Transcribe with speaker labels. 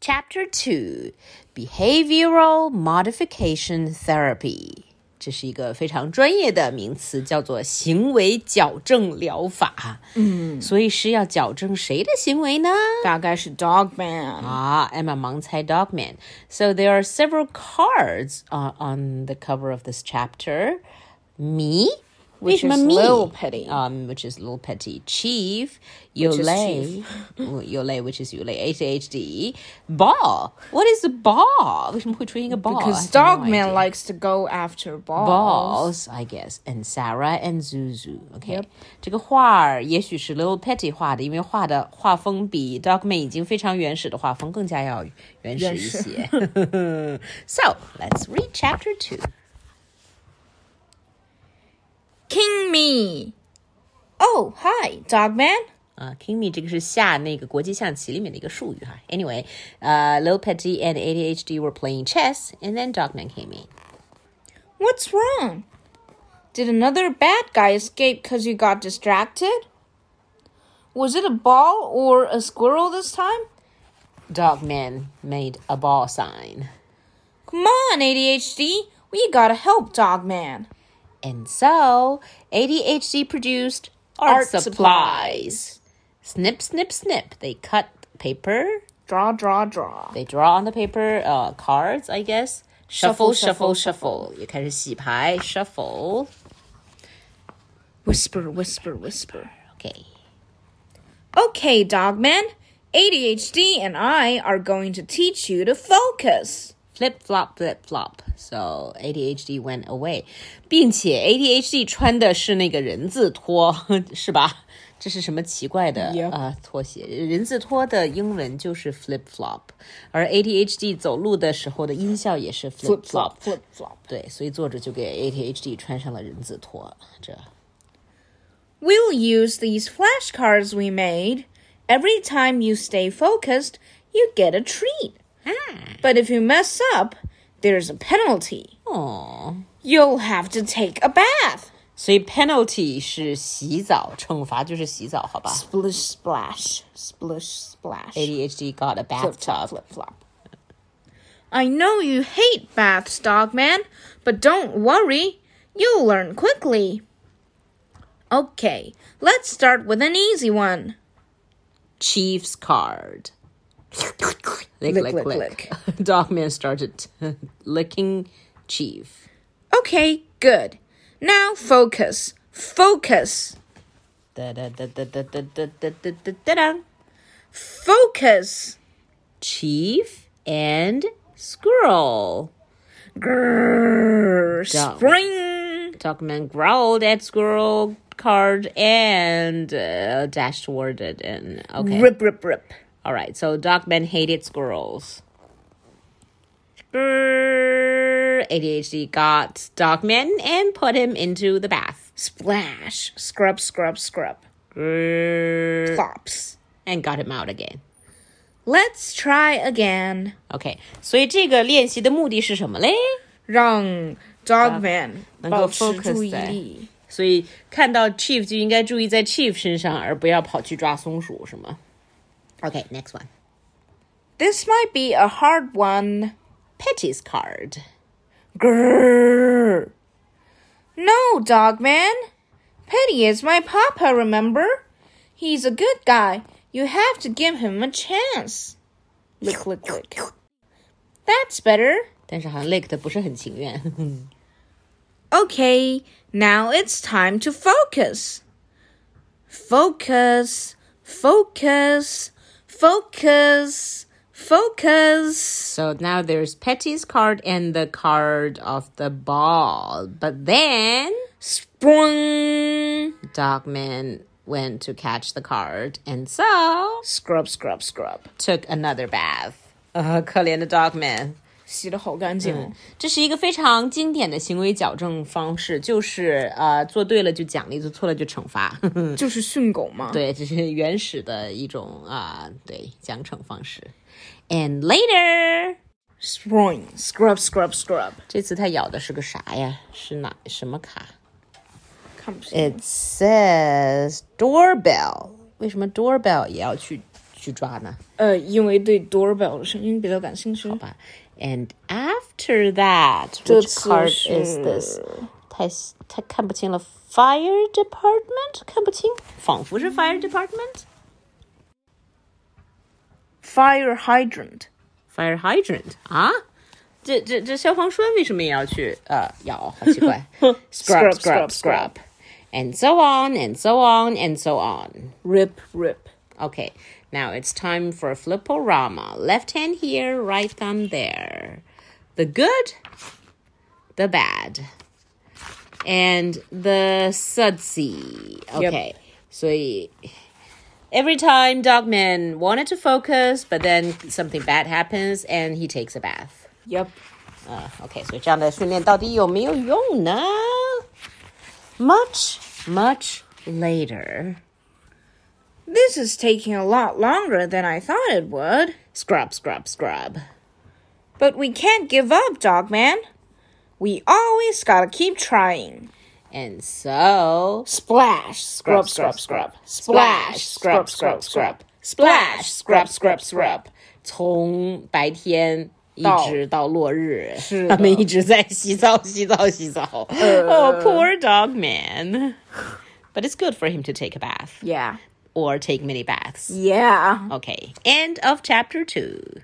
Speaker 1: Chapter 2 Behavioral Modification Therapy。这是一个非常专业的名词，叫做行为矫正疗法。嗯，所以是要矫正谁的行为呢？
Speaker 2: 大概是 dog man。
Speaker 1: Ah, Emma Mong Tai Dog Man. So there are several cards uh, on the cover of this chapter. Me,
Speaker 2: Which
Speaker 1: Wait,
Speaker 2: is
Speaker 1: me?
Speaker 2: Lil Petty.
Speaker 1: um, which is Lil Petty. Chief,
Speaker 2: is
Speaker 1: Yolei, Well, Yolei, which is Yolei, H H D. E. Ball, what is a ball? 为什么会出现一个 ball? I
Speaker 2: Because
Speaker 1: have no
Speaker 2: dog
Speaker 1: idea.
Speaker 2: man likes to go after balls.
Speaker 1: balls, I guess, and Sarah and Zuzu. OK，、这个画儿也许是 Lil Petty 画的，因为画的画风比 Dogman 已经非常原始的画风更加要原始一些。so let's read chapter two.
Speaker 2: King me. Oh, hi, dog man.
Speaker 1: 啊、k i m i 这个是下那个国际象棋里面的一个术语哈。Anyway，呃、l i l Petty and ADHD were playing chess, and then Dogman came in.
Speaker 2: What's wrong? Did another bad guy escape because you got distracted? Was it a ball or a squirrel this time?
Speaker 1: Dogman made a ball sign,
Speaker 2: Come on, ADHD. We gotta help dog man.
Speaker 1: and so ADHD produced art,
Speaker 2: Art
Speaker 1: supplies. snip, snip, snip. They cut paper.
Speaker 2: Draw, draw, draw.
Speaker 1: They draw on the paper uh, cards, I guess. Shuffle, shuffle,
Speaker 2: Shuffle, shuffle,
Speaker 1: shuffle. 也开始洗牌 shuffle.
Speaker 2: Whisper, whisper, whisper.
Speaker 1: Okay.
Speaker 2: Okay, dog man. ADHD and I are going to teach you to focus.
Speaker 1: Flip flop, flip flop. So ADHD went away. 并且 ADHD 穿的是那个人字拖，是吧？这是什么奇怪的
Speaker 2: Yep.
Speaker 1: 啊、呃、拖鞋？人字拖的英文就是 flip flop，而 ADHD 走路的时候的音效也是 flip flop。
Speaker 2: flip, flop.
Speaker 1: 对，所以作者就给 ADHD 穿上了人字拖。这
Speaker 2: We'll use these flashcards we made. Every time you stay focused, you get a treat. But if you mess up, there's a penalty.
Speaker 1: 哦，
Speaker 2: You'll have to take a bath.
Speaker 1: 所以 penalty 是洗澡，惩罚就是洗澡，好吧
Speaker 2: Splish splash, splish splash.
Speaker 1: ？ADHD got a bathtub.
Speaker 2: flip flop. I know you hate baths, dog man, but don't worry, you'll learn quickly. Okay, let's start with an easy one.
Speaker 1: Chief's card. Lick,
Speaker 2: Lick,
Speaker 1: lick,
Speaker 2: lick,
Speaker 1: lick. Dogman started licking Chief.
Speaker 2: Okay, good. Now focus. Focus.
Speaker 1: Da da da da da da da da da da da da.
Speaker 2: Focus.
Speaker 1: Chief and Squirrel.
Speaker 2: Grrr,
Speaker 1: Down.
Speaker 2: spring.
Speaker 1: Dogman growled at Squirrel card and uh, dashed toward it. And okay,
Speaker 2: Rip, rip, rip.
Speaker 1: all right. So Dogman hated squirrels. Grrr. ADHD got Dogman and put him into the bath.
Speaker 2: Splash. Scrub, scrub, scrub.
Speaker 1: Grrr.
Speaker 2: Flops.
Speaker 1: and got him out again.
Speaker 2: Let's try again.
Speaker 1: OK，所以这个练习的目的是什么嘞？
Speaker 2: 让 Dogman
Speaker 1: 能够
Speaker 2: 保持
Speaker 1: focus
Speaker 2: 注意
Speaker 1: 在
Speaker 2: 力。
Speaker 1: 所以看到 Chief 就应该注意在 Chief 身上，而不要跑去抓松鼠，是吗？OK，next、one.
Speaker 2: This might be a hard one.
Speaker 1: Petty's card.
Speaker 2: Grrr. No, Dogman. Petty is my papa, remember? He's a good guy. You have to give him a chance. Lick, lick, lick. That's better.
Speaker 1: 但是好像 Lake 的不是很情愿。
Speaker 2: Okay, now it's time to focus. Focus, focus, focus, focus.
Speaker 1: so now there's Petty's card and the card of the ball. But then
Speaker 2: Sprung.
Speaker 1: Dogman went to catch the card and so
Speaker 2: Scrub, scrub, scrub.
Speaker 1: took another bath. 呃，可怜的 Dogman。
Speaker 2: 洗得好干净。
Speaker 1: 这是一个非常经典的行为矫正方式，就是呃，做对了就奖励，做错了就惩罚。
Speaker 2: 就是训狗嘛。
Speaker 1: 对，这是原始的一种啊、对奖惩方式。And later，
Speaker 2: ，spring scrub scrub scrub，
Speaker 1: 这次他咬的是个啥呀？是哪什么卡
Speaker 2: 看不清。
Speaker 1: ？It says doorbell。为什么 doorbell 也要去去抓呢？
Speaker 2: 呃，因为对 doorbell 的声音比较感兴趣。
Speaker 1: 好吧？And after that,
Speaker 2: 这
Speaker 1: which
Speaker 2: 次
Speaker 1: card
Speaker 2: 是
Speaker 1: is this？太太看不清了，Fire Department 看不清，仿佛是 Fire Department。
Speaker 2: Fire hydrant，
Speaker 1: Fire hydrant 啊？这这这消防栓为什么也要去呃咬？好奇怪
Speaker 2: Scrub,
Speaker 1: ！Scrub
Speaker 2: scrub,
Speaker 1: scrub
Speaker 2: scrub.
Speaker 1: scrub and so on and so on and so on.
Speaker 2: rip rip。
Speaker 1: Okay, now it's time for fliporama. Left hand here, right thumb there. The good, the bad, and the sudsy. Okay, so y- every time Dogman wanted to focus, but then something bad happens and he takes a bath.
Speaker 2: Yep。
Speaker 1: Uh, okay, so 这样的训练到底有没有用呢? Much, much later.
Speaker 2: This is taking a lot longer than I thought it would.
Speaker 1: Scrub, scrub, scrub.
Speaker 2: But we can't give up, Dogman. We always gotta keep trying.
Speaker 1: And so,
Speaker 2: Splash,
Speaker 1: scrub, scrub, scrub. Splash, scrub, scrub, scrub. Splash, scrub, scrub, scrub. 从白天一直到落日，
Speaker 2: 是的
Speaker 1: 他们一直在洗澡，洗澡，洗 澡。oh, poor dog man. But it's good for him to take a bath
Speaker 2: Yeah.
Speaker 1: or take many baths.
Speaker 2: Yeah.
Speaker 1: Okay, end of chapter two.